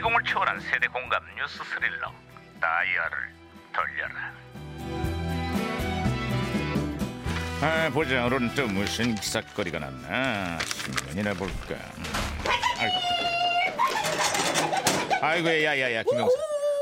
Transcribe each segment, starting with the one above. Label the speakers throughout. Speaker 1: 감동을 초월한 세대 공감 뉴스 스릴러 다이얼을 돌려라. 아 보자 오늘은 또 무슨 기사거리가 났나 신문이나 볼까. 아이고. 아이고 야야야 김영사.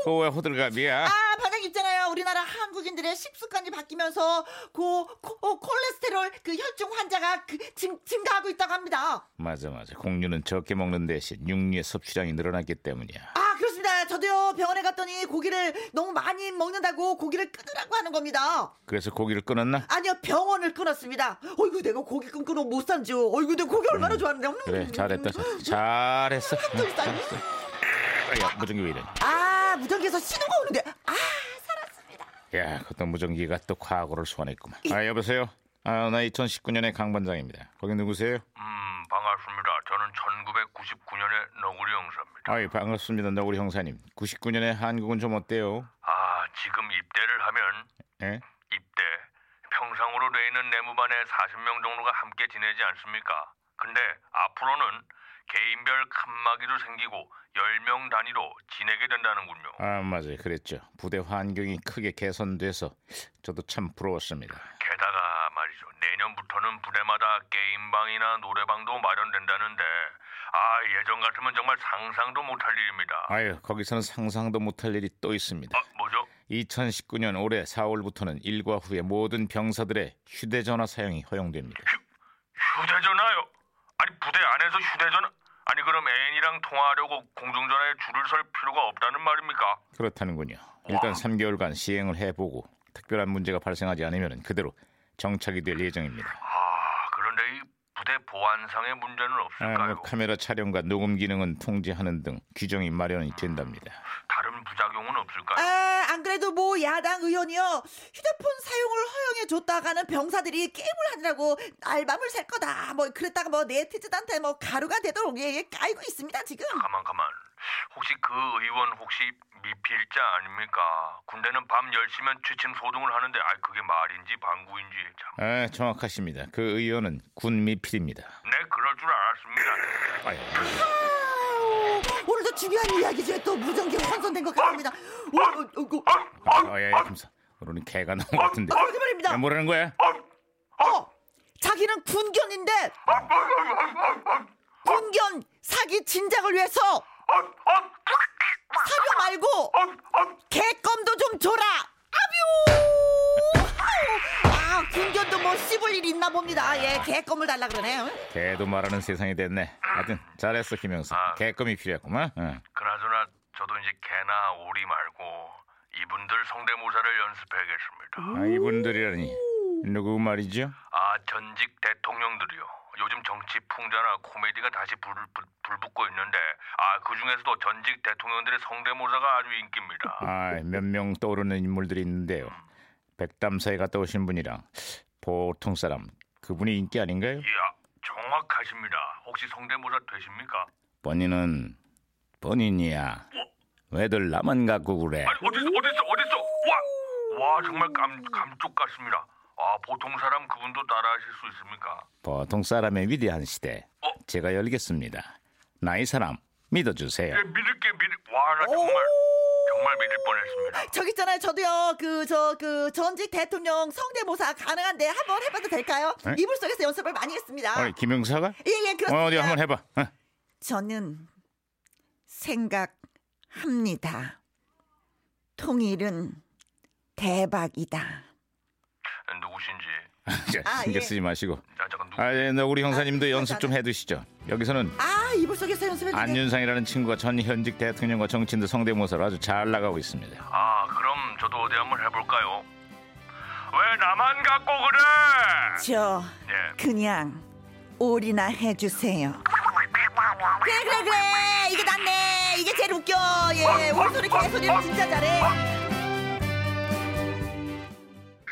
Speaker 1: 그왜 호들갑이야?
Speaker 2: 아 바닥 있잖아요. 우리나라 한국인들의 식습관이 바뀌면서 고, 코- 콜레스테롤 그 혈중 환자가 그 증, 증가하고 있다고 합니다.
Speaker 1: 맞아 맞아 공류는 적게 먹는 대신 육류의 섭취량이 늘어났기 때문이야.
Speaker 2: 아 그렇습니다. 저도요 병원에 갔더니 고기를 너무 많이 먹는다고 고기를 끊으라고 하는 겁니다.
Speaker 1: 그래서 고기를 끊었나?
Speaker 2: 아니요 병원을 끊었습니다. 어이구 내가 고기 끊고는 못 산지요. 어이구 내가 고기 얼마나 좋아하는데. 음.
Speaker 1: 그래 잘했다 잘- 잘했어. 응,
Speaker 2: 또 있어.
Speaker 1: 잘했어. 야 무전기 왜 이래?
Speaker 2: 아 무전기에서 신호가 오는데. 아 살았습니다.
Speaker 1: 야, 그것도 무전기가 또 과거를 소환했구만. 아, 여보세요. 아, 나 2019년의 강 반장입니다. 거기 누구세요?
Speaker 3: 음, 반갑습니다. 저는 1999년의 너구리 형사입니다.
Speaker 1: 아이, 반갑습니다. 너구리 형사님. 99년에 한국은 좀 어때요?
Speaker 3: 아, 지금 입대를 하면
Speaker 1: 예?
Speaker 3: 입대 평상으로 돼 있는 내무반에 40명 정도가 함께 지내지 않습니까? 근데 앞으로는 개인별 칸막이도 생기고 10명 단위로 지내게 된다는군요.
Speaker 1: 아, 맞아요. 그랬죠. 부대 환경이 크게 개선돼서 저도 참 부러웠습니다.
Speaker 3: 게다가 말이죠. 내년부터는 부대마다 게임방이나 노래방도 마련된다는데 아, 예전 같으면 정말 상상도 못할 일입니다.
Speaker 1: 아유, 거기서는 상상도 못할 일이 또 있습니다.
Speaker 3: 아, 뭐죠?
Speaker 1: 2019년 올해 4월부터는 일과 후에 모든 병사들의 휴대전화 사용이 허용됩니다.
Speaker 3: 휴대전화요? 아니 부대 안에서 휴대전화? 아니 그럼 애인이랑 통화하려고 공중전화에 줄을 설 필요가 없다는 말입니까?
Speaker 1: 그렇다는군요. 일단 3개월간 시행을 해보고 특별한 문제가 발생하지 않으면 그대로 정착이 될 예정입니다.
Speaker 3: 아 그런데 이 부대 보안상의 문제는
Speaker 1: 아,
Speaker 3: 없을까요?
Speaker 1: 뭐 카메라 촬영과 녹음 기능은 통제하는 등 규정이 마련이 된답니다.
Speaker 3: 다른 부작용은 없을까요?
Speaker 2: 아 안 그래도 뭐 야당 의원이요 휴대폰 사용을 허용해 줬다가는 병사들이 게임을 하느라고 날밤을 샐 거다 뭐 그랬다가 뭐 네티즌한테 뭐 가루가 되도록 예, 예 까이고 있습니다 지금
Speaker 3: 가만 가만 혹시 그 의원 혹시 미필자 아닙니까? 군대는 밤 10시면 취침 소등을 하는데 아 그게 말인지 방구인지 참.
Speaker 1: 아, 정확하십니다. 그 의원은 군 미필입니다.
Speaker 3: 네 그럴 줄 알았습니다.
Speaker 1: 아유,
Speaker 2: 아우, 오늘도 중요한 이야기 중에 또 무전기 혼선된 것 같습니다 오, 어, 어, 어,
Speaker 1: 아, 야, 야, 감사. 오늘은 개가 나온 것 같은데.
Speaker 2: 어, 그말입니다
Speaker 1: 야, 뭐라는 거야?
Speaker 2: 어 자기는 군견인데 군견 사기 진작을 위해서 사료 말고 개껌도 좀 줘라 아뷰 아유, 아 군견도 뭐 씹을 일 있나 봅니다 예 개껌을 달라 그러네요
Speaker 1: 개도 말하는 세상이 됐네. 하여튼 잘했어 김영사. 개껌이 필요했구만. 어. 응.
Speaker 3: 그나저나 저도 이제 개나 오리 말고 이분들 성대모사를 연습해야겠습니다.
Speaker 1: 아, 이분들이라니. 누구 말이죠?
Speaker 3: 아 전직 대통령들이요. 요즘 정치 풍자나 코미디가 다시 불, 불, 불붙고 있는데 아그 중에서도 전직 대통령들의 성대모사가 아주 인기입니다.
Speaker 1: 아, 몇 명 떠오르는 인물들이 있는데요. 백담사에 갔다 오신 분이랑 보통 사람 그분이 인기 아닌가요?
Speaker 3: 이야 정확하십니다. 예, 혹시 성대모사 되십니까?
Speaker 1: 본인은 본인이야. 왜들 나만 갖고 그래?
Speaker 3: 아니 어딨어 어딨어 어딨어 와와 정말 감 감쪽 같습니다. 아 보통 사람 그분도 따라하실 수 있습니까?
Speaker 1: 보통 사람의 위대한 시대.
Speaker 3: 어?
Speaker 1: 제가 열겠습니다. 나이 사람 믿어주세요.
Speaker 3: 예 믿을게 믿을 와나 정말 정말 믿을 뻔했습니다.
Speaker 2: 저기 있잖아요 저도요 그 저 그 전직 대통령 성대모사 가능한데 한번 해봐도 될까요
Speaker 1: 에?
Speaker 2: 이불 속에서 연습을 많이 했습니다
Speaker 1: 네? 아니 김영사가? 어,
Speaker 2: 예예 그렇습니다
Speaker 1: 어디 한번 해봐. 어.
Speaker 2: 저는 생각합니다 통일은 대박이다
Speaker 3: 누구신지
Speaker 1: 자,
Speaker 2: 아,
Speaker 1: 신경
Speaker 2: 예.
Speaker 1: 쓰지 마시고.
Speaker 3: 야 잠깐 누구
Speaker 1: 아, 예, 너 우리 형사님도
Speaker 2: 아,
Speaker 1: 연습 좀 해두시죠. 여기서는
Speaker 2: 아 이불 속에서 연습을
Speaker 1: 안윤상이라는 친구가 전 현직 대통령과 정치인들 성대모사로 아주 잘 나가고 있습니다.
Speaker 3: 아 그럼 저도 어디 한번 해볼까요? 왜 나만 갖고 그래?
Speaker 2: 저
Speaker 3: 예.
Speaker 2: 그냥 올이나 해주세요. 그래 그래 그래 이게 낫네 이게 제일 웃겨 예 우리 소리 개소리는 진짜 잘해.